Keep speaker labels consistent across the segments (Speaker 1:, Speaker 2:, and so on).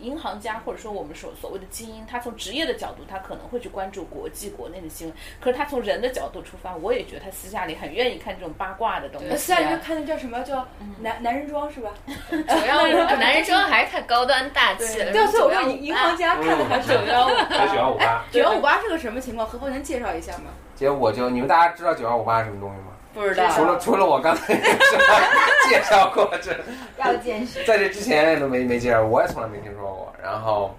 Speaker 1: 银行家或者说我们所所谓的精英，他从职业的角度，他可能会去关注国际国内的新闻，可是他从人的角度出发，我也觉得他私下里很愿意看这种八卦的东西、啊。
Speaker 2: 私下呃里就看那叫什么叫
Speaker 3: 嗯
Speaker 2: 男男人装是吧？
Speaker 4: 九幺五，男人装还是太高端大气了。
Speaker 2: 对啊，所以我说银行家看的还是九幺五。
Speaker 5: 哦九幺五八，
Speaker 2: 九幺五八是个什么情况？何峰能介绍一下 吗？
Speaker 5: 姐，我就你们大家知道九幺五八是什么东西吗？
Speaker 2: 不知
Speaker 4: 啊
Speaker 2: 道。
Speaker 5: 除了除了我刚才介绍过这，
Speaker 3: 要见识。
Speaker 5: 在这之前都没没介绍，我也从来没听说过。然后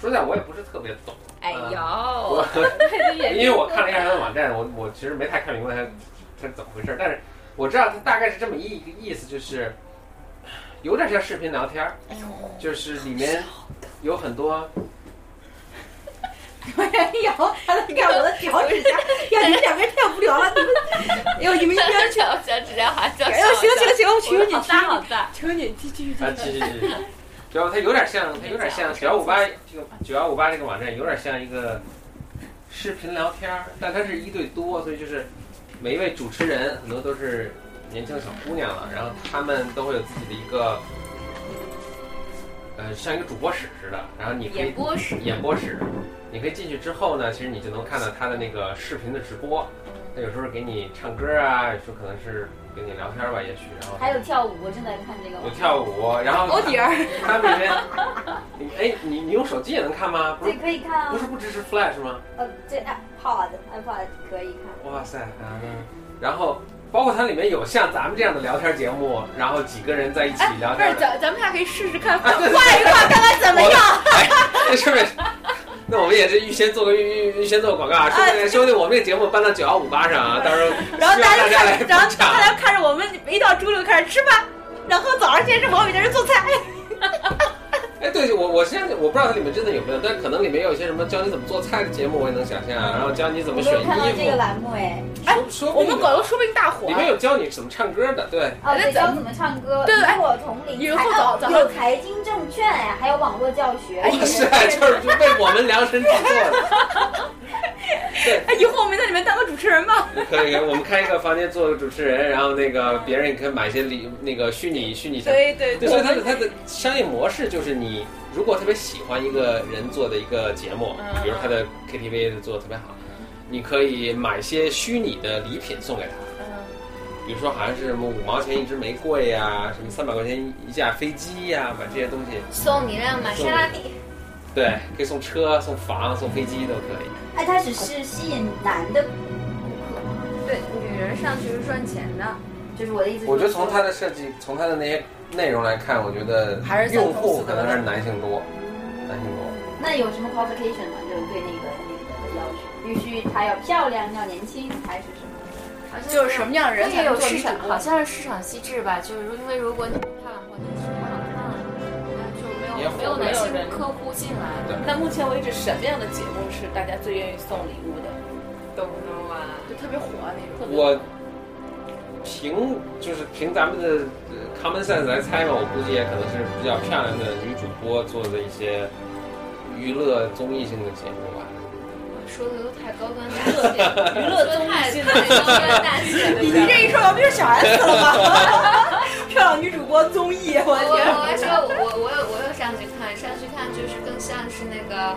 Speaker 5: 说实在，我也不是特别懂。
Speaker 4: 哎呦，
Speaker 5: 我因为我看了一下他的网站，我我其实没太看明白他他怎么回事，但是我知道他大概是这么一个意思，就是有点像视频聊天，就是里面有很多。
Speaker 2: 没有，哎他在看我的脚趾 甲，呀，你们两个人太无聊了，你们，哎呦，你们一 边去，
Speaker 4: 脚脚趾甲还叫
Speaker 2: 哎呦，行了行了行了，我求你，
Speaker 4: 好大
Speaker 3: 啊
Speaker 4: 好大，
Speaker 2: 求你继续
Speaker 5: 啊，继续继续，主要它有点像，它有点像九幺五八这个九幺五八这个网站有点像一个视频聊天儿，但它是一对多，所以就是每一位主持人很多都是年轻的小姑娘了，然后她们都会有自己的一个。呃，像一个主播室似的，然后你可以
Speaker 4: 演播室，
Speaker 5: 演播室，你可以进去之后呢，其实你就能看到他的那个视频的直播，他有时候给你唱歌啊，有时候可能是跟你聊天吧，也许，然后
Speaker 3: 还有跳舞，我正在看这个。
Speaker 5: 有跳舞，然后
Speaker 2: 欧迪儿，
Speaker 5: 他们里面，你哎，你你用手机也能看吗？不
Speaker 3: 对，
Speaker 5: 是
Speaker 3: 可以看啊
Speaker 2: 嗯
Speaker 5: 不。是不支持 Flash 吗？
Speaker 3: 呃，这 iPod iPod 啊可以看。
Speaker 5: 哇塞，啊然后包括它里面有像咱们这样的聊天节目，然后几个人在一起聊
Speaker 2: 哎不是
Speaker 5: 天的，
Speaker 2: 咱咱们俩可以试试看，
Speaker 5: 对对对哎
Speaker 2: 换一换看啊看怎么样。
Speaker 5: 这上面，那我们也是预先做个预预预先做个广告啊，说那个兄弟，我们这节目搬到九幺五八上啊，到时候
Speaker 2: 哎然后
Speaker 5: 希
Speaker 2: 大
Speaker 5: 望
Speaker 2: 家就
Speaker 5: 大家
Speaker 2: 看，
Speaker 5: 来捧
Speaker 2: 然后
Speaker 5: 场啊
Speaker 2: 大家看着我们一到中午就开始吃饭，然后早上先是王伟在这做菜，
Speaker 5: 哎，对，我我现在我不知道它里面真的有没有，但可能里面有一些什么教你怎么做菜的节目，我也能想象，啊然后教你怎
Speaker 3: 我没
Speaker 5: 么选
Speaker 3: 有
Speaker 5: 衣
Speaker 3: 看到这个
Speaker 5: 服，
Speaker 3: 栏目哎。
Speaker 5: 说说不
Speaker 2: 我
Speaker 5: 定
Speaker 2: 们搞得说不定大火
Speaker 5: 里。面有教你怎么唱歌的，对，
Speaker 3: 哦，
Speaker 2: 那
Speaker 3: 对，
Speaker 2: 咱
Speaker 3: 教怎么唱歌，
Speaker 2: 对对哎
Speaker 3: 与我同龄，
Speaker 2: 以后
Speaker 3: 还
Speaker 2: 早
Speaker 3: 哦
Speaker 2: 早
Speaker 3: 有财经证券哎，还有网络教学。
Speaker 5: 哇
Speaker 2: 啊
Speaker 5: 塞，就是为我们量身制作 的，
Speaker 2: 哎，以后我们在里面当个主持人吧。
Speaker 5: 可以，我们开一个房间做个主持人，然后那个别人也可以买一些礼那个虚拟虚拟产品。
Speaker 2: 对对
Speaker 5: 对，所以它的它的商业模式就是你如果特别喜欢一个人做的一个节目，
Speaker 1: 嗯
Speaker 5: 比如他的 KTV 做的特别好，
Speaker 3: 嗯
Speaker 5: 你可以买些虚拟的礼品送给他，
Speaker 4: 嗯
Speaker 5: 比如说好像是什么五毛钱一支玫瑰呀、什么三百块钱一架飞机呀、把这些东西，
Speaker 4: 送你辆玛莎拉蒂，
Speaker 5: 对，可以送车、送房、送飞机都可以。
Speaker 3: 哎，它只是吸引男的顾客吗，
Speaker 4: 对，女人上去是赚钱的，
Speaker 3: 就是我的意思。
Speaker 5: 我觉得从它的设计，从它的那些内容来看，我觉得
Speaker 2: 还是在
Speaker 5: 用
Speaker 2: 公司
Speaker 5: 户可
Speaker 2: 的
Speaker 5: 能还
Speaker 2: 那
Speaker 5: 是男性多，男性多。
Speaker 3: 那有什么 qualification 吗？就是对那个女的的要求，必须她要漂亮，要年轻，还是什么？
Speaker 4: 好像
Speaker 2: 就是什么样的人
Speaker 4: 也
Speaker 2: 才能
Speaker 4: 有
Speaker 2: 做
Speaker 4: 市
Speaker 2: 女主
Speaker 4: 场，
Speaker 2: 播
Speaker 4: 好？像是市场机制吧，就是如因为如果你不漂亮或者你是不好看，那就没
Speaker 5: 也
Speaker 4: 有
Speaker 5: 火
Speaker 4: 没有
Speaker 5: 不
Speaker 4: 男
Speaker 1: 了
Speaker 4: 性
Speaker 1: 人
Speaker 4: 客户进来。
Speaker 1: 那目前为止，什么样的节目是大家最愿意送礼物的？
Speaker 4: 懂了吧？
Speaker 2: 就特别火那种。
Speaker 1: 特别
Speaker 5: 我凭就是凭咱们的呃 common sense 来猜吧，我估计也可能是比较漂亮的女主播做的一些娱乐综艺性的节目吧。
Speaker 4: 说的都太高端
Speaker 1: 娱乐
Speaker 4: 大
Speaker 1: 电
Speaker 4: 气，
Speaker 1: 娱乐综艺
Speaker 4: 太
Speaker 1: 现
Speaker 4: 太高端
Speaker 1: 在
Speaker 4: 大气了。
Speaker 2: 你你这一说，我不就是小 S 了吗？ 漂亮女主播综艺，我
Speaker 4: 我
Speaker 2: 的天！
Speaker 4: 我说我我有我有上去看，上去看就是更像是那个，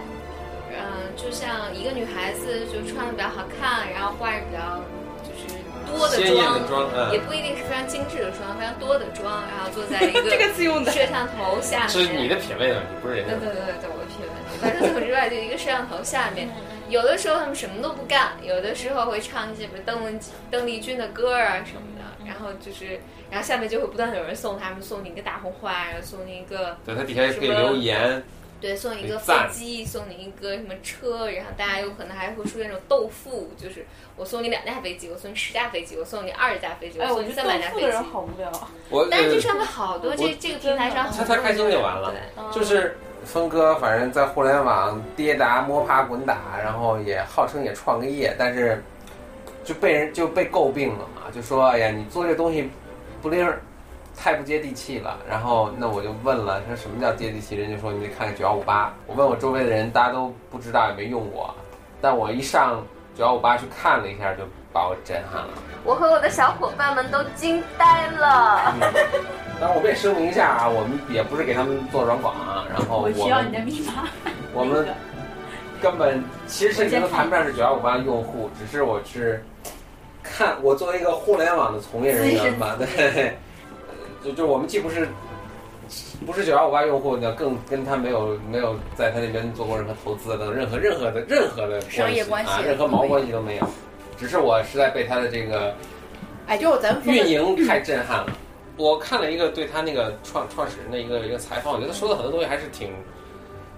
Speaker 4: 嗯，就像一个女孩子就穿的比较好看，然后化着比较就是多的
Speaker 5: 鲜艳
Speaker 4: 妆
Speaker 5: 的，妆，
Speaker 4: 也
Speaker 5: 嗯，
Speaker 4: 不一定是非常精致的妆，非常多的妆，然后坐在一
Speaker 2: 这 个
Speaker 4: 个
Speaker 2: 字用的，
Speaker 4: 摄像头下面。
Speaker 5: 是你的品味的问题，不是人家
Speaker 4: 对对
Speaker 5: 的。
Speaker 4: 对对，我的品味。 反正总之吧，就一个摄像头下面，有的时候他们什么都不干，有的时候会唱一些比如邓文邓丽君的歌啊什么的，然后就是，然后下面就会不断地有人送他们，送你一个大红花，然后送你一个
Speaker 5: 对，它底下可以留言，
Speaker 4: 对，送你一个飞
Speaker 5: 赞
Speaker 4: 机，送你一个什么车，然后大家有可能还会出现那种豆腐，就是我送你两架飞机，我送你十架飞机，我送你二十架飞机，
Speaker 1: 哎，
Speaker 4: 送
Speaker 1: 我
Speaker 4: 你
Speaker 1: 觉得
Speaker 4: 三
Speaker 1: 豆
Speaker 4: 百架
Speaker 1: 腐
Speaker 4: 飞
Speaker 1: 的人
Speaker 4: 机。
Speaker 1: 好无聊啊。
Speaker 5: 我
Speaker 4: 但是这
Speaker 5: 呃
Speaker 4: 上面好多这
Speaker 5: 我
Speaker 4: 这个平台上
Speaker 5: 他
Speaker 4: 很多
Speaker 5: 他开心就完了
Speaker 4: 对，
Speaker 2: 嗯
Speaker 5: 就是峰哥，反正在互联网跌打摸爬滚打，然后也号称也创个业，但是就被人就被诟病了嘛，就说哎呀，你做这东西不灵儿，太不接地气了。然后那我就问了，说什么叫接地气？人家说你得看看九幺五八。我问我周围的人，大家都不知道也没用过，但我一上九幺五八去看了一下，就把我震撼了。
Speaker 4: 我和我的小伙伴们都惊呆了。
Speaker 5: 当然我们也声明一下啊，我们也不是给他们做软广啊，然后
Speaker 3: 我
Speaker 5: 我
Speaker 3: 需要你的
Speaker 5: 们
Speaker 3: 密码。
Speaker 5: 我们根本其实申请都谈不上是九幺五八用户，只是我是看我作为一个互联网的从业人员吧，对， 就就我们既不是不是九幺五八用户呢，更跟他没有没有在他那边做过任何投资的任何任何的任何的
Speaker 2: 商业关系
Speaker 5: 啊，任何毛关系都没有，只是我实在被他的这个
Speaker 2: 哎，就是咱们说
Speaker 5: 运
Speaker 2: 的，
Speaker 5: 营太震撼了。我看了一个对他那个创创始人的一个一个采访，我觉得他说的很多东西还是挺，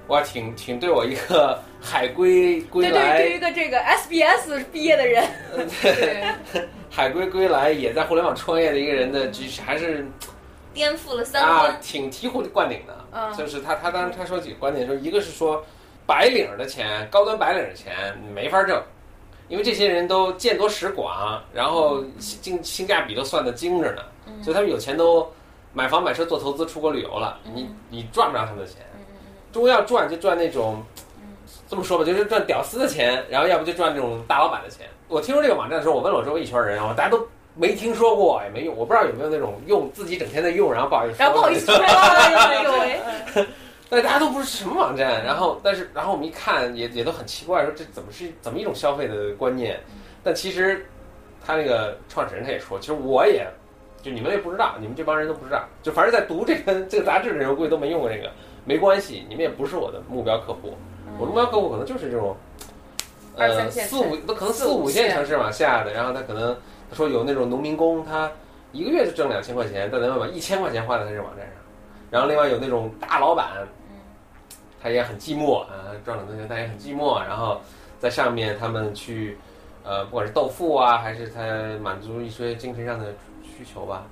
Speaker 5: 哇，挺挺对我一个海归归
Speaker 2: 对对，
Speaker 5: 来
Speaker 2: 对于一个这个 SBS 毕业的人，
Speaker 4: 对，
Speaker 5: 海归归来也在互联网创业的一个人的，就是还是
Speaker 4: 颠覆了三
Speaker 5: 啊
Speaker 4: 观。
Speaker 5: 挺醍醐灌顶的。
Speaker 2: 嗯
Speaker 5: 就是他他当时他说几个观点，说一个是说白领儿的钱，高端白领儿的钱没法挣，因为这些人都见多识广，然
Speaker 2: 嗯
Speaker 5: 后性性价比都算得精着呢，所以他们有钱都买房买车做投资出国旅游了，你
Speaker 2: 嗯
Speaker 5: 你赚不着他们的钱。中要赚就赚那种，
Speaker 2: 嗯
Speaker 5: 这么说吧，就是赚屌丝的钱，然后要不就赚这种大老板的钱。我听说这个网站的时候，我问了我周围一圈人，我大家都没听说过，也没用，我不知道有没有那种用自己整天在用，然后不好意思，
Speaker 2: 然后不好意思说，哎呦喂，
Speaker 5: 但大家都不是什么网站，然后但是然后我们一看也也都很奇怪，说这怎么是怎么一种消费的观念？但其实他那个创始人他也说，其实我也就你们也不知道，你们这帮人都不知道，就凡是在读这个 这个杂志的人，我估计都没用过这个，没关系，你们也不是我的目标客户，我的目标客户可能就是这种。
Speaker 1: 二
Speaker 5: 呃，
Speaker 1: 三线
Speaker 5: 四五都可能四
Speaker 1: 四
Speaker 5: 五
Speaker 1: 五
Speaker 5: 线
Speaker 1: 线
Speaker 5: 城市往下的，然后他可能他说有那种农民工，他一个月就挣两千块钱，但咱们把一千块钱花在他这网站上，然后另外有那种大老板，他也很寂寞啊，赚了很多钱，他也很寂寞。然后在上面他们去，呃，不管是豆腐啊，还是他满足一些精神上的需求吧。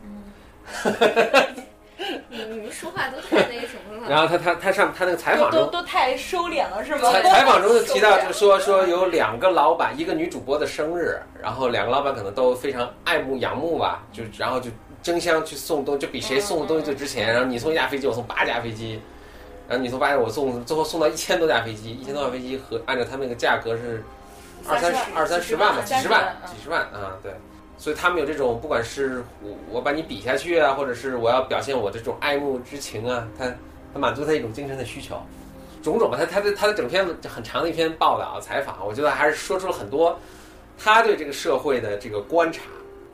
Speaker 4: 你你们说话都太那个什么了。
Speaker 5: 然后他他他上他那个采访
Speaker 2: 都
Speaker 5: 中，
Speaker 2: 都太收敛了是吗？
Speaker 5: 采采访中就提到，就说说有两个老板，一个女主播的生日，然后两个老板可能都非常爱慕仰慕吧，就然后就争相去送东，就比谁送的东西最值钱。然后你送一架飞机，我送八架飞机，然后你送八架，我送最后送到一千多架飞机，一千多架飞机和按照他们那个价格是二三十二三十万吧，几
Speaker 1: 三
Speaker 5: 十
Speaker 1: 十
Speaker 5: 万
Speaker 1: 万
Speaker 5: 几十万啊，对。所以他们有这种，不管是我我把你比下去啊，或者是我要表现我这种爱慕之情啊，他他满足他一种精神的需求，种种吧。他他的他的整篇很长的一篇报道啊采访，我觉得还是说出了很多他对这个社会的这个观察。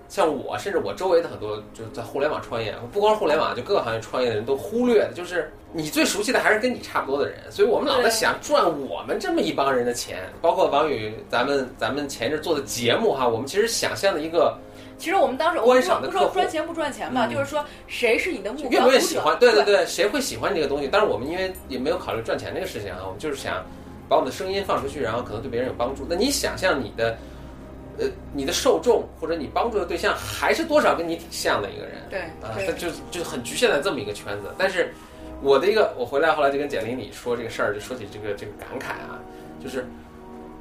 Speaker 5: 像我，甚至我周围的很多就是在互联网创业，不光是互联网，就各个行业创业的人都忽略的，就是你最熟悉的还是跟你差不多的人，所以我们老在
Speaker 1: 对
Speaker 5: 想赚我们这么一帮人的钱。包括王宇，咱们咱们前阵做的节目哈，我们其实想象的一个
Speaker 2: 其实我们当时我
Speaker 5: 观
Speaker 2: 们
Speaker 5: 赏
Speaker 2: 说
Speaker 5: 的
Speaker 2: 不说
Speaker 5: 客户
Speaker 2: 赚钱不赚钱吧，
Speaker 5: 嗯
Speaker 2: 就是说谁是你的目
Speaker 5: 愿
Speaker 2: 标
Speaker 5: 不
Speaker 2: 读
Speaker 5: 愿
Speaker 2: 者？
Speaker 5: 意喜欢，对
Speaker 2: 对
Speaker 5: 对对，谁会喜欢这个东西？但是我们因为也没有考虑赚钱这个事情啊，我们就是想把我们的声音放出去，然后可能对别人有帮助。那你想象你的，呃，你的受众或者你帮助的对象还是多少跟你挺像的一个人，
Speaker 2: 对
Speaker 5: 啊，
Speaker 2: 对
Speaker 5: 他就是就是很局限在这么一个圈子。但是我的一个，我回来后来就跟简玲你说这个事儿，就说起这个这个感慨啊，就是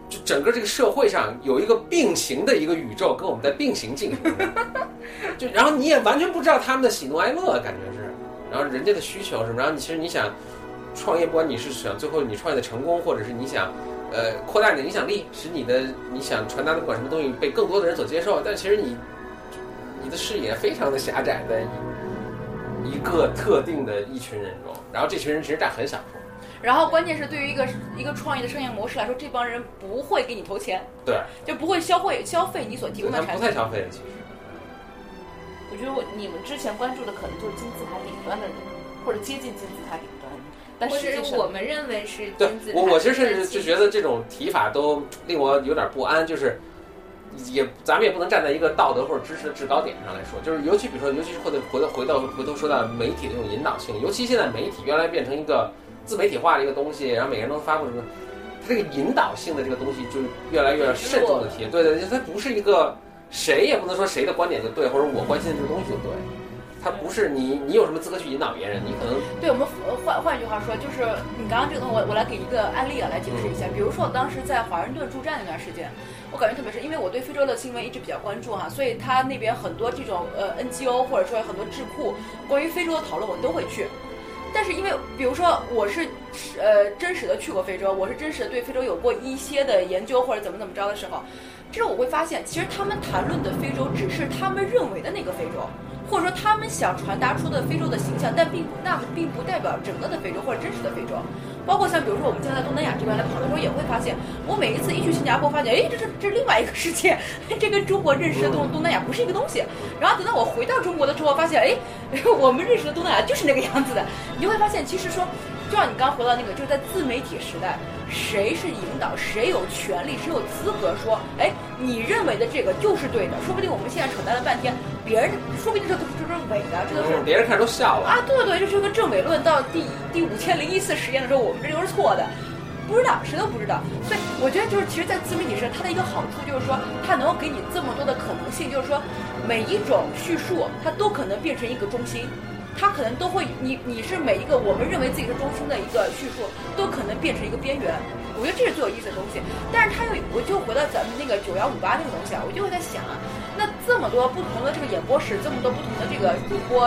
Speaker 5: 就整个这个社会上有一个并行的一个宇宙跟我们在并行进行着， 就然后你也完全不知道他们的喜怒哀乐，感觉是，然后人家的需求是什么，然后你其实你想创业，不管你是想最后你创业的成功，或者是你想。呃，扩大你的影响力，使你的你想传达的不管什么东西被更多的人所接受，但其实你你的视野非常的狭窄，在一个特定的一群人中，然后这群人其实占很少数。
Speaker 2: 然后关键是对于一个一个创业的商业模式来说，这帮人不会给你投钱，
Speaker 5: 对，
Speaker 2: 就不会消费消费你所提
Speaker 5: 就
Speaker 2: 供
Speaker 5: 他
Speaker 2: 的
Speaker 5: 们
Speaker 2: 产
Speaker 5: 不
Speaker 2: 品
Speaker 5: 太。消费，其实
Speaker 1: 我觉得我你们之前关注的可能就是金字塔顶端的人，或者接近金字塔顶端的人，但
Speaker 4: 或者
Speaker 1: 实际
Speaker 4: 是
Speaker 1: 上
Speaker 4: 我们认为是
Speaker 5: 对
Speaker 4: 金字塔
Speaker 5: 我我其实甚至
Speaker 4: 但
Speaker 5: 就觉得这种提法都令我有点不安，就是也咱们也不能站在一个道德或者知识的制高点上来说，就是尤其比如说，尤其是或者回到回到回头说到媒体的这种引导性，尤其现在媒体原来变成一个自媒体化的一个东西，然后每个人都发布什么，它这个引导性的这个东西就越来越慎重的提，对对，它不是一个谁也不能说谁的观点就对，或者我关心的这个东西就对。它不是你，你有什么资格去引导别人？你可能
Speaker 2: 对我们呃换换一句话说，就是你刚刚这个东西，我我来给一个案例啊来解释一下。比如说我当时在华盛顿驻站那段时间，我感觉特别是因为我对非洲的新闻一直比较关注哈，所以他那边很多这种呃 NGO 或者说很多智库关于非洲的讨论我都会去。但是因为比如说我是呃真实的去过非洲，我是真实的对非洲有过一些的研究或者怎么怎么着的时候，这时候我会发现，其实他们谈论的非洲只是他们认为的那个非洲。或者说他们想传达出的非洲的形象，但并不那并不代表整个的非洲或者真实的非洲。包括像比如说我们现在东南亚这边来跑的时候，也会发现，我每一次一去新加坡，发现，哎，这是这是另外一个世界， 这跟中国认识的东东南亚不是一个东西。然后等到我回到中国的时候，发现，哎， 我们认识的东南亚就是那个样子的。你就会发现，其实说，就像你刚回到那个，就是在自媒体时代，谁是引导，谁有权利，谁有资格说，哎，你认为的这个就是对的。说不定我们现在扯淡了半天，别人说不定这都这都是伪的，这都是
Speaker 5: 别人看都笑了。
Speaker 2: 啊，对对对，这是个正伪论。到第第五千零一次实验的时候，我们这就是错的，不知道，谁都不知道。所以我觉得就是，其实，在自媒体上，它的一个好处就是说，它能够给你这么多的可能性，就是说，每一种叙述它都可能变成一个中心。它可能都会，你你是每一个我们认为自己是中心的一个叙述，都可能变成一个边缘。我觉得这是最有意思的东西。但是它又，我就回到咱们那个九幺五八那个东西啊，我就会在想啊，那这么多不同的这个演播室，这么多不同的这个主播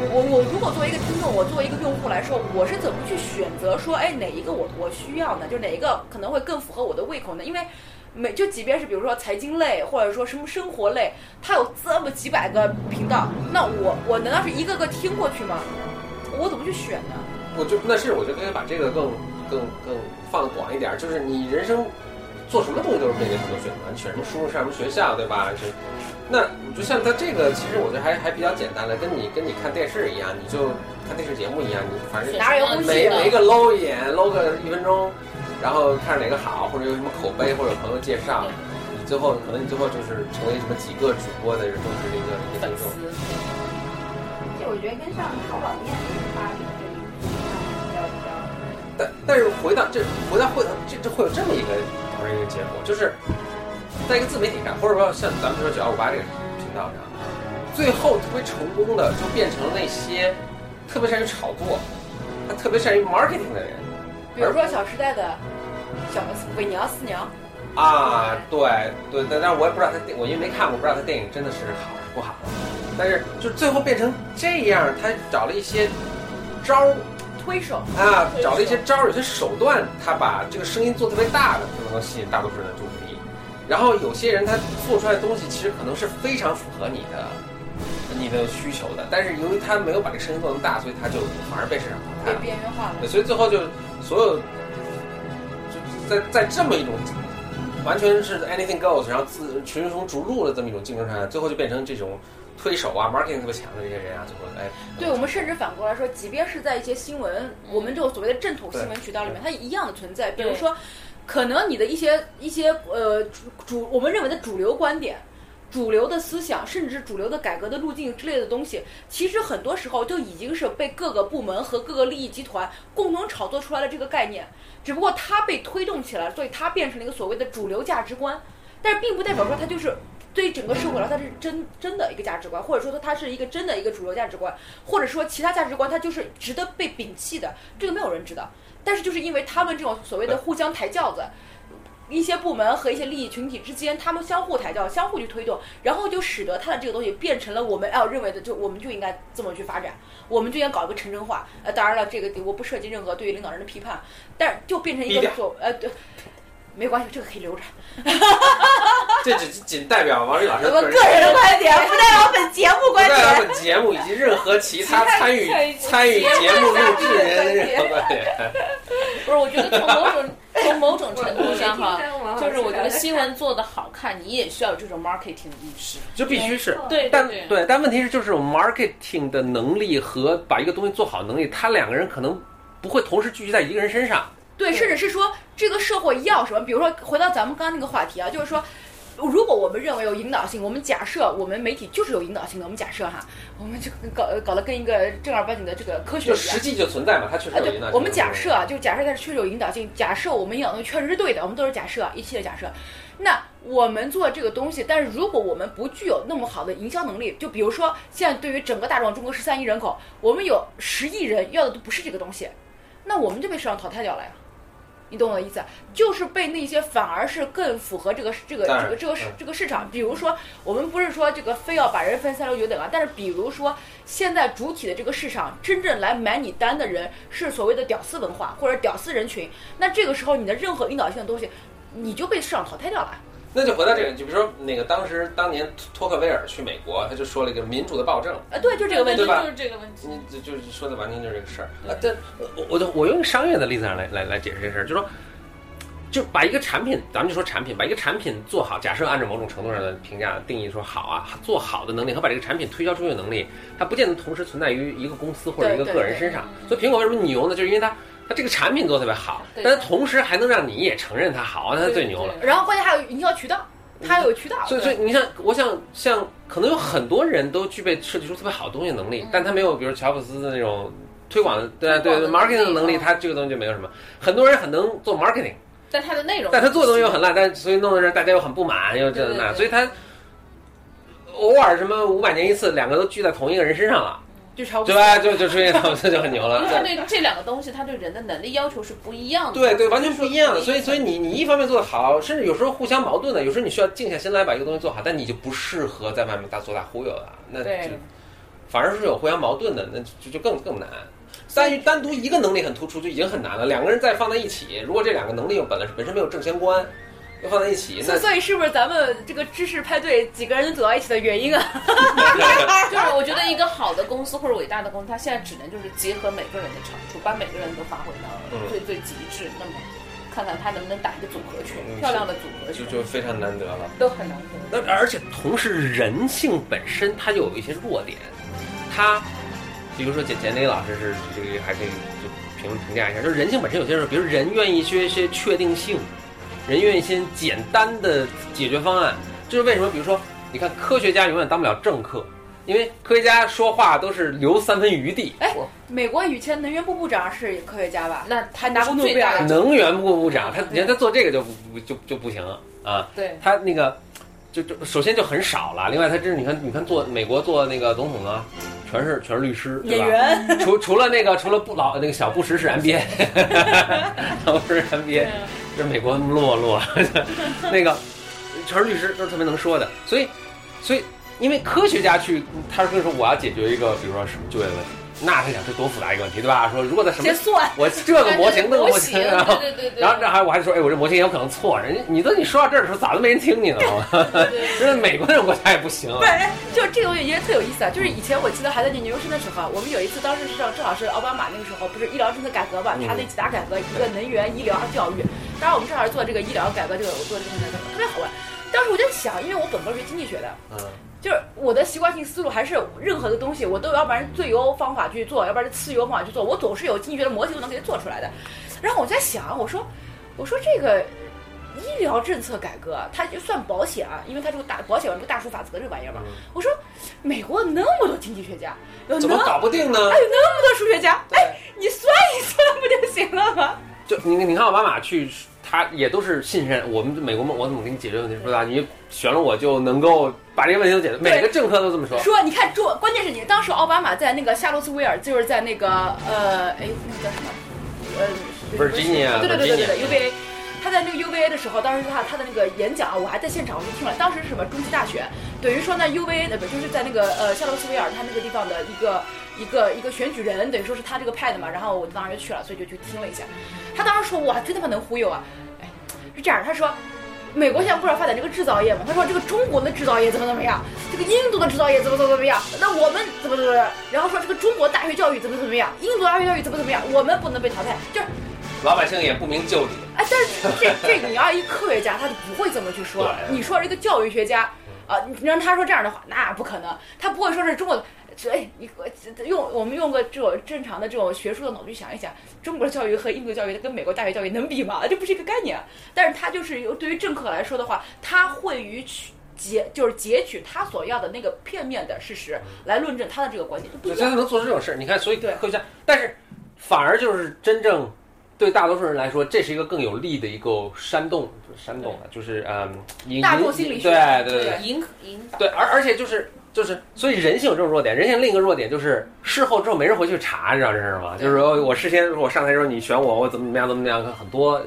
Speaker 2: 我我我如果作为一个听众，我作为一个用户来说，我是怎么去选择说，哎，哪一个我我需要呢？就哪一个可能会更符合我的胃口呢？因为每就即便是比如说财经类，或者说什么生活类，它有这么几百个频道，那我我难道是一个个听过去吗？我怎么去选呢？
Speaker 5: 我就那是我就应该把这个更更更放得广一点，就是你人生做什么东西都是面临很多选择，你选什么书，上什么学校，对吧？就那你就像他这个，其实我觉得还还比较简单的，跟你跟你看电视一样，你就看电视节目一样，你反正
Speaker 2: 哪有东
Speaker 5: 每
Speaker 2: 西
Speaker 5: 每
Speaker 2: 呢？
Speaker 5: 个搂一眼，搂个一分钟，然后看哪个好，或者有什么口碑，或者有朋友介绍，你最后可能你最后就是成为什么几个主播的忠实的一个一个听众。
Speaker 3: 这我觉得跟上淘宝店的差别这一比较比较。
Speaker 5: 但但是回到这回到会这这会有这么一个导致一个结果，就是在一个自媒体上，或者说像咱们说九幺五八这个频道上，最后特别成功的就变成了那些特别善于炒作，他特别善于 marketing 的人
Speaker 2: 比如说《小时代》的小伪娘四娘，
Speaker 5: 啊，对对，但但是我也不知道他电，我因为没看过，不知道他电影真的是好是不好，但是就最后变成这样，他找了一些招儿
Speaker 2: 推手
Speaker 5: 啊，找了一些招儿，有些手段，他把这个声音做特别大的，就能够吸引大多数人的注意力。然后有些人他做出来的东西，其实可能是非常符合你的你的需求的，但是由于他没有把这个声音做那么大，所以他就反而被市场淘汰
Speaker 2: 被
Speaker 5: 了。
Speaker 2: 边缘化了。
Speaker 5: 对所以最后就所有就在在这么一种完全是 anything goes，然后自群雄逐鹿的这么一种竞争上，最后就变成这种推手啊、marketing 特别强的这些人啊，最后哎，
Speaker 2: 对，我们甚至反过来说，即便是在一些新
Speaker 5: 嗯
Speaker 2: 闻，我们这种所谓的正统新闻渠道里面，它也一样的存在。比如
Speaker 1: 对
Speaker 2: 说，可能你的一些一些呃主主，我们认为的主流观点。主流的思想，甚至主流的改革的路径之类的东西，其实很多时候就已经是被各个部门和各个利益集团共同炒作出来的这个概念，只不过它被推动起来，所以它变成了一个所谓的主流价值观，但是并不代表说它
Speaker 5: 嗯
Speaker 2: 就是对整个社会来说它是真真的一个价值观，或者说它它是一个真的一个主流价值观，或者说其他价值观它就是值得被摒弃的，这个没有人知道。但是就是因为他们这种所谓的互相抬轿子，一些部门和一些利益群体之间，他们相互抬轿，相互去推动，然后就使得它的这个东西变成了我们要认为的，就我们就应该这么去发展，我们就应该搞一个城镇化。呃，当然了，这个我不涉及任何对于领导人的批判，但是就变成一
Speaker 5: 低
Speaker 2: 个
Speaker 5: 调
Speaker 2: 所呃对。没关系，这个可以留着。
Speaker 5: 这只仅代表王丽老师
Speaker 2: 我个人的观点，不代表本节目
Speaker 5: 不
Speaker 2: 观
Speaker 5: 代
Speaker 2: 点
Speaker 5: 表。本节目以及任何其他参与参与节目录制人的任何观点。
Speaker 1: 不是，我觉得从某 种
Speaker 2: 哎
Speaker 1: 从某
Speaker 5: 嗯
Speaker 1: 种程度上哈，
Speaker 4: 哈
Speaker 1: 就是我觉得新闻做的好看，你也需要有这种 marketing 的意识。
Speaker 5: 就必须是，
Speaker 1: 对
Speaker 5: 但
Speaker 1: 对
Speaker 5: 对，但问题是，就是 marketing 的能力和把一个东西做好能力，他两个人可能不会同时聚集在一个人身上。
Speaker 2: 对，甚至是说这个社会要什么？比如说，回到咱们刚刚那个话题啊，就是说，如果我们认为有引导性，我们假设我们媒体就是有引导性的，我们假设哈，我们就搞搞得跟一个正儿八经的这个科学
Speaker 5: 就
Speaker 2: 一样
Speaker 5: 实。际就存在嘛，它确实
Speaker 2: 啊，
Speaker 5: 有
Speaker 2: 对
Speaker 5: 影响。，
Speaker 2: 我们假设啊，就假设它是确实有引导性，假设我们引导的确实是对的，我们都是假设啊，一系列假设。那我们做这个东西，但是如果我们不具有那么好的营销能力，就比如说现在对于整个大众中国十三亿人口，我们有十亿人要的都不是这个东西，那我们就被市场淘汰掉了呀。你懂我的意思，啊就是被那些反而是更符合这个这个
Speaker 5: 当
Speaker 2: 这个
Speaker 5: 然
Speaker 2: 这个市
Speaker 5: 嗯
Speaker 2: 这个市场，比如说我们不是说这个非要把人分三六九等啊，但是比如说现在主体的这个市场，真正来买你单的人是所谓的屌丝文化或者屌丝人群，那这个时候你的任何引导性的东西，你就被市场淘汰掉了。
Speaker 5: 那就回到这个，就比如说那个当时当年托克维尔去美国，他就说了一个民主的暴政，
Speaker 2: 啊，对，就这个问题
Speaker 5: 对。吧
Speaker 1: 就是这个问题。
Speaker 5: 你嗯就就是说的完全就是这个事儿。啊，但我我就我用一个商业的例子上来来来解释这事儿，就说。就把一个产品，咱们就说产品，把一个产品做好，假设按照某种程度上的评价定义说好啊，做好的能力和把这个产品推销出去的能力，它不见得同时存在于一个公司或者一个
Speaker 2: 对对
Speaker 5: 个人身上。所以苹果为什么牛呢？就是因为它它这个产品做得特别好，
Speaker 1: 对
Speaker 5: 但它同时还能让你也承认它好，啊那它最牛了。
Speaker 1: 对
Speaker 2: 然后关键还有营销渠道，它有渠道。
Speaker 5: 所以，所以你像，我想像，可能有很多人都具备设计出特别好的东西的能力，但他没有，比如乔布斯的那种推广的，对
Speaker 4: 嗯推
Speaker 5: 对
Speaker 4: 广的
Speaker 5: marketing 的
Speaker 4: 能
Speaker 5: 能
Speaker 4: 力嗯
Speaker 5: 力，他这个东西就没有什么。很多人很能做 marketing，
Speaker 1: 但它的内容，
Speaker 5: 但他做的东西又很烂，但所以弄得让大家又很不满，又这
Speaker 1: 对对
Speaker 5: 那，
Speaker 1: 对
Speaker 5: 所以他偶尔什么五百年一次，两个都聚在同一个人身上了，
Speaker 2: 就
Speaker 4: 哦
Speaker 2: 乔布斯
Speaker 5: 对吧？就就出现投资 就很牛
Speaker 1: 因
Speaker 5: 了
Speaker 1: 为。它对这两个东西，它对人的能力要求是不一样的。
Speaker 5: 对对，完全不一样。所以所以
Speaker 1: 你
Speaker 5: 你你一方面做得好，甚至有时候互相矛盾的，有时候你需要静下心来把一个东西做好，但你就不适合在外面大做大忽悠了。那就
Speaker 1: 对
Speaker 5: 反而是有互相矛盾的，那就就更更难。单单独一个能力很突出就已经很难了，两个人再放在一起，如果这两个能力又本来本身没有正相关，又放在一起，
Speaker 2: 所
Speaker 5: 那
Speaker 2: 以所以是不是咱们这个知识派对几个人能走到一起的原因啊？
Speaker 1: 就是我觉得一个好的公司或者伟大的公司，它现在只能就是结合每个人的长处，把每个人都发挥到
Speaker 5: 嗯
Speaker 1: 最最极致。那么，看看它能不能打一个组合拳
Speaker 5: 嗯，
Speaker 1: 漂亮的组合
Speaker 5: 就
Speaker 1: 拳，
Speaker 5: 就非常难得了。
Speaker 1: 都很难得。
Speaker 5: 那而且同时，人性本身它就有一些弱点，它，比如说简简磊老师是这个还可以就评评价一下，就是人性本身有些时候，比如人愿意些些确定性，人愿意些简单的解决方案，这是为什么？比如说，你看科学家永远当不了政客，因为科学家说话都是留三分余地。
Speaker 2: 哎， 美国以前能源部部长是科学家吧？
Speaker 1: 那
Speaker 2: 还拿过诺贝尔奖。
Speaker 5: 能源部部长，他你看他做这个就不就就不行啊。
Speaker 1: 对，
Speaker 5: 他那个就就首先就很少了，另外他真是你看你看做美国做那个总统啊，全是全是律师，对
Speaker 2: 演
Speaker 5: 吧？
Speaker 2: 员，
Speaker 5: 除除了那个除了不老那个小布什是 NBA，小布什是 NBA，这
Speaker 1: 嗯
Speaker 5: 美国落落， 那个全是律师都是特别能说的，所以所以因为科学家去他说说我要解决一个比如说什么就业问题，那他想这多复杂一个问题对吧？说如果在什么
Speaker 2: 先算。
Speaker 5: 我这个模型那个模型，
Speaker 1: 对
Speaker 5: 然后
Speaker 1: 对对对，
Speaker 5: 啊然后这还我还说，哎，我这模型也有可能错。人家你都你说到这儿的时候，咋都没人听你呢？ 嗯真的，美国这种国家也不行。啊
Speaker 2: 不然，就这个东西也特有意思啊！就是以前我记得还在念研究生的时候，我们有一次，当时是正好是奥巴马那个时候，不是医疗政策改革嘛，
Speaker 5: 嗯
Speaker 2: 他那几大改革，一个能源、医疗、教育。当然，我们正好是做这个医疗改革，这个我做这个能源改革特别好玩。当时我在想，因为我本科是经济学的，
Speaker 5: 嗯，
Speaker 2: 就是我的习惯性思路还是任何的东西，我都要不然是最优方法去做，要不然是次优方法去做，我总是有经济学的模型我能给它做出来的。然后我在想，我说，我说这个医疗政策改革啊，它就算保险啊，因为它这个大保险这个大数法则这个玩意儿嘛，我说美国那么多经济学家，有那
Speaker 5: 嗯怎么
Speaker 2: 么
Speaker 5: 搞不定呢？
Speaker 2: 多数学家，哎，你算一算不就行了吗？
Speaker 5: 就你你看奥巴马去，他也都是信任我们美国梦，我怎么给你解决问题？是吧？你选了我就能够把这些问题都解决。
Speaker 2: 对
Speaker 5: 每个政客都这么说。
Speaker 2: 说你看中，关键是你当时奥巴马在那个夏洛斯威尔，就是在那个呃，哎，那个叫什么？呃
Speaker 5: Virginia，
Speaker 2: 对对对对对
Speaker 5: Virginia
Speaker 2: 对，UVA。他在那个 UVA 的时候，当时他他的那个演讲啊，我还在现场，我就听了。当时是什么中期大学，等于说呢 UVA 的不就是在那个呃夏洛斯威尔他那个地方的一个一个一个选举人，等于说是他这个派的嘛。然后我当时就去了，所以就去听了一下。他当时说哇，真他妈能忽悠啊！哎，是这样，他说美国现在不是要发展这个制造业嘛？他说这个中国的制造业怎么怎么样，这个印度的制造业怎么怎么怎么样，那我们怎么怎么样？然后说这个中国大学教育怎么怎么样，印度大学教育怎么怎么样，我们不能被淘汰。就是
Speaker 5: 老百姓也不明就里。
Speaker 2: 哎，但是这这你要一科学家，他就不会这么去说了。
Speaker 5: 对
Speaker 2: 你说一个教育学家，啊、你让他说这样的话，那不可能，他不会说是中国。这哎，你呃用我们用个这种正常的这种学术的脑去想一想，中国的教育和印度教育跟美国大学教育能比吗？这不是一个概念。但是他就是有对于政客来说的话，他会于取截就是截取他所要的那个片面的事实来论证他的这个观点，就不
Speaker 5: 就
Speaker 2: 一
Speaker 5: 他
Speaker 2: 样。
Speaker 5: 能做出这种事儿，你看，所以
Speaker 2: 对
Speaker 5: 科学家，但是反而就是真正对大多数人来说，这是一个更有利的一个煽动，不是煽动啊，就是嗯，引
Speaker 2: 大众
Speaker 5: 引
Speaker 2: 心理学
Speaker 5: 对对对对
Speaker 1: 对引 引导，
Speaker 5: 对，而而且就是就是，所以人性有这种弱点，人性另一个弱点就是事后之后没人回去查，你知道这事儿吗？就是说我事先我上台的时候你选我，我怎么怎么样怎么怎么样，很多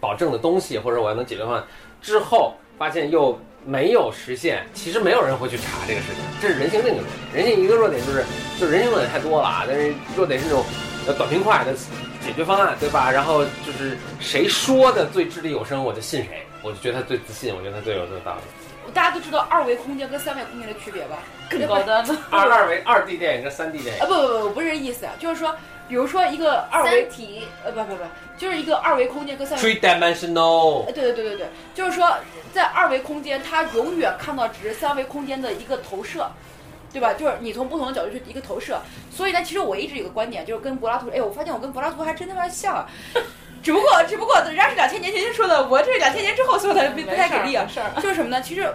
Speaker 5: 保证的东西或者我要能解决方案，之后发现又没有实现，其实没有人会去查这个事情，这是人性另一个弱点。人性一个弱点就是就是人性弱点太多了啊，但是弱点是那种呃短平快的解决方案，对吧？然后就是谁说的最掷地有声，我就信谁。
Speaker 6: 我就觉得他最自信，我觉得他最有这个道理。
Speaker 2: 大家都知道二维空间跟三维空间的区别吧？
Speaker 1: 更高端的。
Speaker 5: 二二维二 D 电影跟三 D 电
Speaker 2: 啊
Speaker 5: 影，
Speaker 2: 不不不，我不是这意思，啊就是说，比如说一个二维
Speaker 4: 三体
Speaker 2: 呃不不不，就是一个二维空间跟三维。
Speaker 6: Three dimensional，
Speaker 2: 呃，对对对对对，就是说，在二维空间，它永远看到只是三维空间的一个投射，对吧？就是你从不同的角度去一个投射。所以呢，其实我一直有个观点，就是跟柏拉图，哎，我发现我跟柏拉图还真他妈像，啊只不过只不过人家是两千年前说的，我这两千年之后说的，不不太给力啊。
Speaker 1: 事儿。
Speaker 2: 就是什么呢？其实，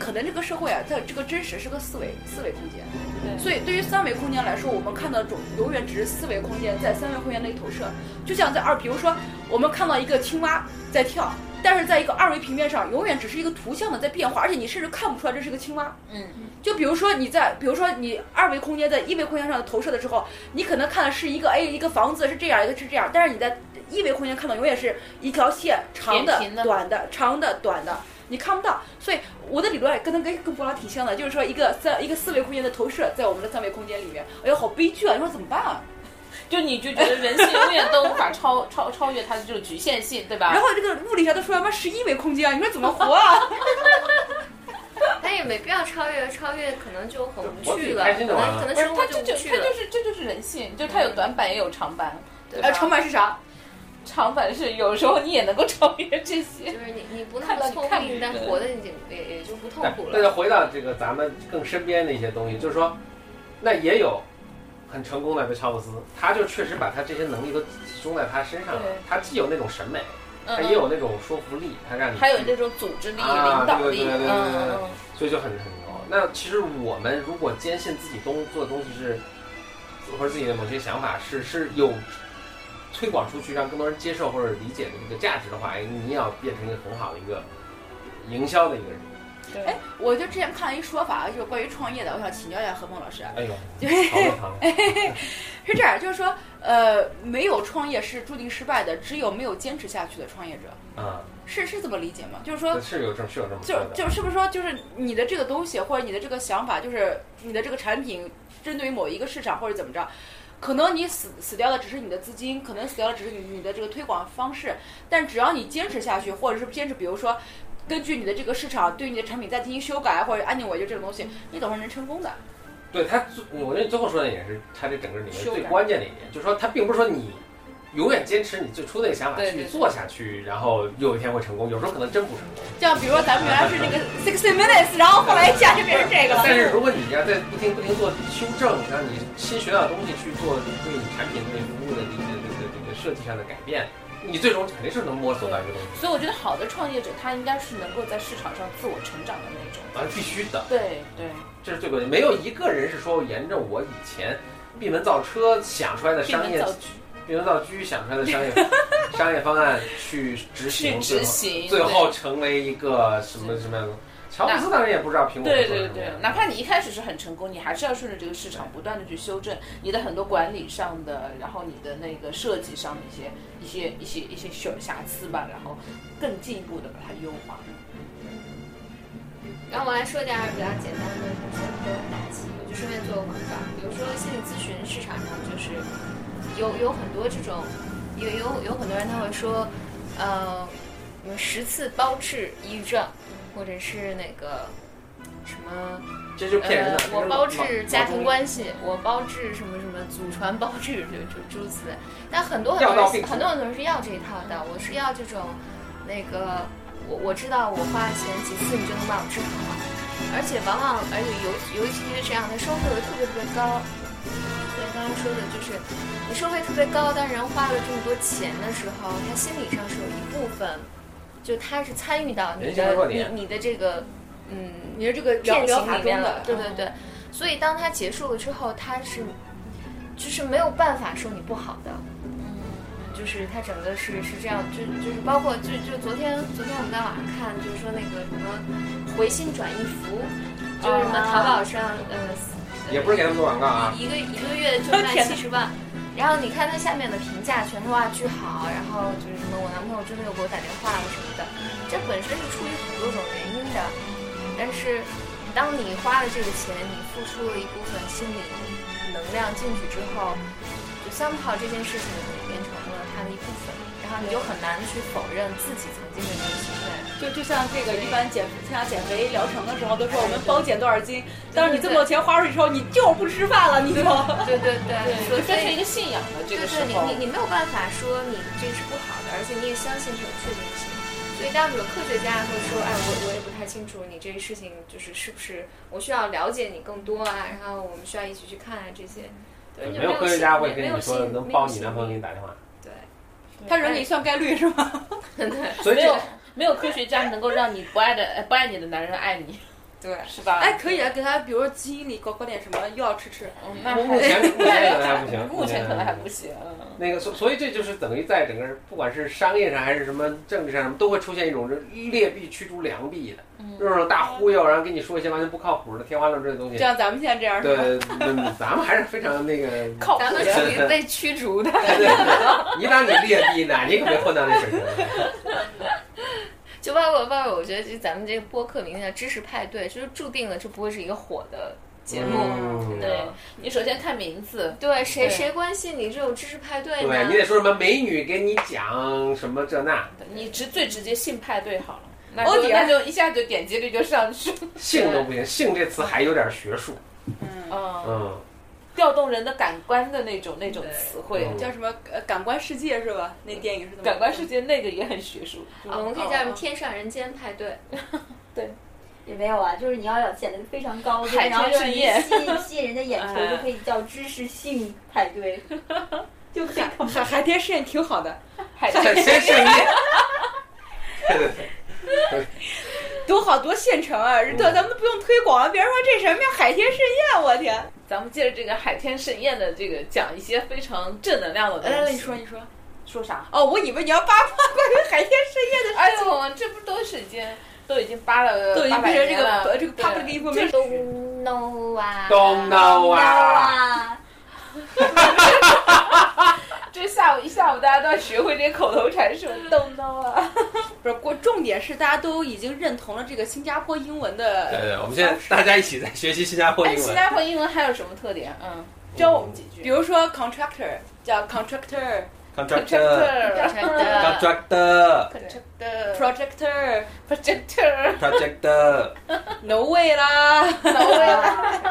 Speaker 2: 可能这个社会啊，它这个真实是个四维四维空间，
Speaker 1: 对
Speaker 2: 所以对于三维空间来说，我们看到的种永远只是四维空间在三维空间的一个投射。就像在二，比如说我们看到一个青蛙在跳，但是在一个二维平面上，永远只是一个图像的在变化，而且你甚至看不出来这是个青蛙。
Speaker 1: 嗯，
Speaker 2: 就比如说你在，比如说你二维空间在一维空间上的投射的时候，你可能看的是一个哎一个房子是这样，一个是这样，但是你在一维空间看到永远是一条线长的
Speaker 1: 扁平的
Speaker 2: 短的长的短的，你看不到。所以我的理论跟它跟跟柏拉挺像的，就是说一个三一个四维空间的投射在我们的三维空间里面，哎呦好悲剧啊！你说怎么办啊？
Speaker 1: 就你就觉得人性永远都无法超超超越它的这种局限性，对吧？
Speaker 2: 然后这个物理学都说他妈十一维空间啊，你说怎么活 啊？
Speaker 4: 但也没必要超越，超越可能就回不
Speaker 5: 我
Speaker 4: 去
Speaker 5: 挺
Speaker 4: 了，
Speaker 5: 开
Speaker 4: 可
Speaker 5: 心的啊嘛
Speaker 4: 能可能
Speaker 1: 不是
Speaker 4: 生活
Speaker 1: 它
Speaker 4: 就
Speaker 1: 这
Speaker 4: 无
Speaker 1: 就
Speaker 4: 趣
Speaker 1: 它
Speaker 4: 了
Speaker 1: 就。是这就是人性，就是它有短板也有长板，
Speaker 4: 对吧
Speaker 2: 呃，长板是啥？
Speaker 1: 长板是有时候你也能够 超越这些。
Speaker 4: 就是你你不那
Speaker 1: 看
Speaker 4: 么
Speaker 1: 了
Speaker 4: 聪
Speaker 1: 看
Speaker 4: 明，
Speaker 1: 了
Speaker 4: 但
Speaker 1: 对
Speaker 4: 活的也也也就不痛
Speaker 5: 但
Speaker 4: 苦
Speaker 5: 那就
Speaker 4: 了。
Speaker 5: 哎回到这个咱们更身边的一些东西，就是说，那也有很成功的乔布斯，他就确实把他这些能力都集中在他身上了
Speaker 1: 对。
Speaker 5: 他既有那种审美，
Speaker 1: 嗯
Speaker 5: 他也有那种说服力，他让你
Speaker 1: 还有这种组织力、
Speaker 5: 啊
Speaker 1: 领导力，
Speaker 5: 对对对对对对
Speaker 1: 嗯，
Speaker 5: 所以就很很高。那其实我们如果坚信自己东做的东西是，或者自己的某些想法是是有推广出去，让更多人接受或者理解的这个价值的话，哎你也要变成一个很好的一个营销的一个人。
Speaker 1: 对
Speaker 2: 哎，我就之前看了一说法，啊就是关于创业的，我想请教一下何梦老师。啊
Speaker 5: 哎呦，好多
Speaker 1: 哎
Speaker 5: 糖，
Speaker 2: 是这样，就是说，呃，没有创业是注定失败的，只有没有坚持下去的创业者，
Speaker 5: 啊，
Speaker 2: 是是这么理解吗？就是说，
Speaker 5: 是有这么是有这么
Speaker 2: 就
Speaker 5: 说的。
Speaker 2: 就是是不是说，就是你的这个东西或者你的这个想法，就是你的这个产品针对于某一个市场或者怎么着，可能你死死掉的只是你的资金，可能死掉的只是你你的这个推广方式，但只要你坚持下去，或者是坚持，比如说。根据你的这个市场对你的产品再进行修改，或者按钮我就这种东西，你总是能成功的。
Speaker 5: 对他最，我觉得你最后说的也是他这整个里面
Speaker 1: 修改
Speaker 5: 最关键的一点，就是说他并不是说你永远坚持你最初那个想法
Speaker 1: 对对
Speaker 5: 去
Speaker 1: 对
Speaker 5: 做下去，然后有一天会成功，有时候可能真不成功。
Speaker 2: 像比如说咱们原来是那个 Sixty Minutes，然后后来一下就变成这个了。
Speaker 5: 但是如果你要在不停不停做修正，让你新学到的东西去做对你产品、对服务的这个这个这个设计上的改变，你最终肯定是能摸索到一个东西，
Speaker 1: 所以我觉得好的创业者他应该是能够在市场上自我成长的那种。
Speaker 5: 啊，必须的，
Speaker 1: 对对，
Speaker 5: 这是最关键。没有一个人是说沿着我以前闭门造车想出来的
Speaker 1: 并
Speaker 5: 商
Speaker 1: 能
Speaker 5: 业
Speaker 1: 造
Speaker 5: 闭门造车想出来的商业商业方案去执行，
Speaker 1: 去执
Speaker 5: 最后
Speaker 1: 行，
Speaker 5: 最后成为一个什么什么样的？乔布斯当然也不知道苹果会
Speaker 1: 对
Speaker 5: 做
Speaker 1: 对
Speaker 5: 成什么
Speaker 1: 对
Speaker 5: 样，
Speaker 1: 哪怕你一开始是很成功，你还是要顺着这个市场不断的去修正你的很多管理上的，然后你的那个设计上的一些一些一些一些小瑕疵吧，然后更进一步的把它优化。
Speaker 4: 然后我来说点儿比较简单的东西，给我打击，我就顺便做个广告。比如说心理咨询市场上，就是有有很多这种，有有有很多人他会说，呃，什么十次包治抑郁症，或者是那个什么。
Speaker 5: 这就骗人的
Speaker 4: 呃。。我包治家庭关系，我包治什么什么祖传包治，就就诸此类。但很多很
Speaker 5: 药到
Speaker 4: 多
Speaker 5: 病
Speaker 4: 人
Speaker 5: 除
Speaker 4: 很多很多人是要这一套的，我是要这种，那个我我知道我花钱几次你就能把我治好，而且往往而且尤尤其是这样的收费会特别特别高。对，刚刚说的就是，你收费特别高，但人花了这么多钱的时候，他心理上是有一部分，就他是参与到你
Speaker 5: 人性的弱
Speaker 4: 的
Speaker 5: 点
Speaker 4: 你你的这个嗯
Speaker 2: 你是这个疗
Speaker 4: 片
Speaker 2: 疗
Speaker 4: 型
Speaker 2: 法
Speaker 4: 里
Speaker 2: 中
Speaker 4: 面
Speaker 2: 的
Speaker 4: 了，，对对对。所以当它结束了之后，它是就是没有办法说你不好的，就是它整个是是这样，就就是包括就就昨天昨天我们在网上看，就是说那个什么回心转意服，就是什么淘宝上呃
Speaker 5: 也不是给他们做广告啊，
Speaker 4: 一个一个月就卖
Speaker 2: 天哪
Speaker 4: 七十万。然后你看它下面的评价，全是哇巨好，然后就是什么我男朋友真的有给我打电话了啊什么的，这本身是出于很多种原因的。但是当你花了这个钱，你付出了一部分心理能量进去之后，就 somehow 这件事情变成了它的一部分，然然后你就很难去否认自己曾经的那个行为。
Speaker 2: 就就像这个一般减参加减肥疗程的时候，都说我们包减多少斤，但是你这么多钱花出去之后，你就是不吃饭了，你就
Speaker 4: 对对对，所
Speaker 1: 就变成一
Speaker 4: 以
Speaker 1: 个信仰了。这
Speaker 4: 就
Speaker 1: 个时
Speaker 4: 是你
Speaker 1: 候，
Speaker 4: 你你没有办法说你这是不好的，而且你也相信这种确定性。所以当有科学家会说，哎，我我也不太清楚你这个事情就是是不是，我需要了解你更多啊，然后我们需要一起去看啊这些。对，你
Speaker 6: 没有科学
Speaker 4: 信
Speaker 6: 家
Speaker 4: 没
Speaker 6: 会跟
Speaker 4: 有
Speaker 6: 你说
Speaker 4: 信
Speaker 6: 能
Speaker 4: 没
Speaker 6: 帮
Speaker 4: 有
Speaker 6: 你
Speaker 4: 信
Speaker 6: 男朋友给
Speaker 4: 念
Speaker 6: 你打电话，
Speaker 4: 对，
Speaker 2: 他容易算概率是吗？
Speaker 5: 所以
Speaker 1: 没
Speaker 5: 这
Speaker 1: 有没有科学家能够让你不爱的呃不爱你的男人爱你，
Speaker 4: 对，
Speaker 1: 是吧？
Speaker 2: 哎，可以啊，给他比如说基因里搞搞点什么，又要吃吃。
Speaker 1: 嗯，那
Speaker 5: 目前目前可能还不行，
Speaker 1: 目前可能还不
Speaker 5: 行。
Speaker 1: 行。嗯
Speaker 5: 那个，所所以这就是等于在整个不管是商业上还是什么政治上，都会出现一种这劣币驱逐良币的，
Speaker 4: 嗯
Speaker 5: 就是那种大忽悠，然后跟你说一些完全不靠谱的天花乱坠的东
Speaker 2: 就
Speaker 5: 西。
Speaker 2: 像咱们现在这样，
Speaker 5: 对，嗯咱们还是非 常那个，
Speaker 1: 靠谱
Speaker 4: 咱们
Speaker 1: 的
Speaker 4: 属于被驱逐的。
Speaker 5: 对对对，一旦你劣币呢，你可别混到那水平。
Speaker 4: 就包括包括，我觉得就咱们这个播客名字叫知识派对，就是注定了这不会是一个火的节目。
Speaker 5: 嗯
Speaker 4: 对
Speaker 1: 你首先看名字，
Speaker 4: 对，谁
Speaker 1: 对
Speaker 4: 谁关心你这种知识派对
Speaker 5: 对
Speaker 4: 呢？
Speaker 5: 你得说什么美女给你讲什么这那
Speaker 1: 你直最直接性派对好了，那
Speaker 2: 哦
Speaker 1: 就
Speaker 2: 点儿
Speaker 1: 那就一下就点击率就上去了。
Speaker 5: 性都不行，性这词还有点学术，
Speaker 2: 嗯，
Speaker 1: 嗯，
Speaker 4: 哦
Speaker 5: 嗯，
Speaker 1: 调动人的感官的那种那种词汇，
Speaker 5: 嗯
Speaker 2: 叫什么呃感官世界是吧？那电影是怎么？
Speaker 1: 感官世界那个也很学术。
Speaker 4: 啊，我们可以
Speaker 2: 哦
Speaker 4: 叫什
Speaker 2: 哦
Speaker 4: 么“天上人间派对
Speaker 3: 也没有啊，就是你要要显得非常高端，
Speaker 1: 海天
Speaker 3: 然后就是
Speaker 1: 盛
Speaker 3: 吸
Speaker 1: 宴哎
Speaker 3: 引吸引人的眼球，就可以叫知识性派对，就很恐
Speaker 2: 海海天盛宴挺好的，
Speaker 1: 海
Speaker 5: 在
Speaker 1: 天
Speaker 5: 嗯 先盛宴。对对对，
Speaker 2: 多好多现成啊！这咱们都不用推广啊了，别人说这什么呀，海天盛宴，我天！
Speaker 1: 咱们借着这个海天盛宴的这个讲一些非常正能量的东西。
Speaker 2: 来来哎来，你说你说。
Speaker 1: 说啥？
Speaker 2: 哦，我以为你要扒扒关于海天盛宴的
Speaker 1: 哎
Speaker 2: 事情，
Speaker 1: 呦，这不都是已经都已经扒了
Speaker 2: 都已经变成这
Speaker 1: 800年
Speaker 2: 个
Speaker 1: 了
Speaker 2: 呃这个 public
Speaker 1: 对
Speaker 2: information。
Speaker 4: ”，Don't know 啊
Speaker 5: 东道啊，
Speaker 3: 啊！
Speaker 2: 呃
Speaker 1: 这下午一下午大家都要学会这些口头禅，是不动刀啊？
Speaker 2: 不是，过重点是大家都已经认同了这个新加坡英文
Speaker 5: 对
Speaker 2: 的，
Speaker 5: 对，我们现在大家一起在学习新加坡
Speaker 1: 哎，
Speaker 5: 英
Speaker 1: 新
Speaker 5: 文。
Speaker 1: 加坡英文还有什么特点？嗯，教我们几
Speaker 2: 比
Speaker 1: 句。
Speaker 2: 如说 contractor 叫 contractor、
Speaker 5: contractor
Speaker 1: Contractor
Speaker 5: contractor
Speaker 1: Contractor
Speaker 2: projector、
Speaker 1: Projector
Speaker 5: projector
Speaker 2: no way 啦，
Speaker 1: No way 啦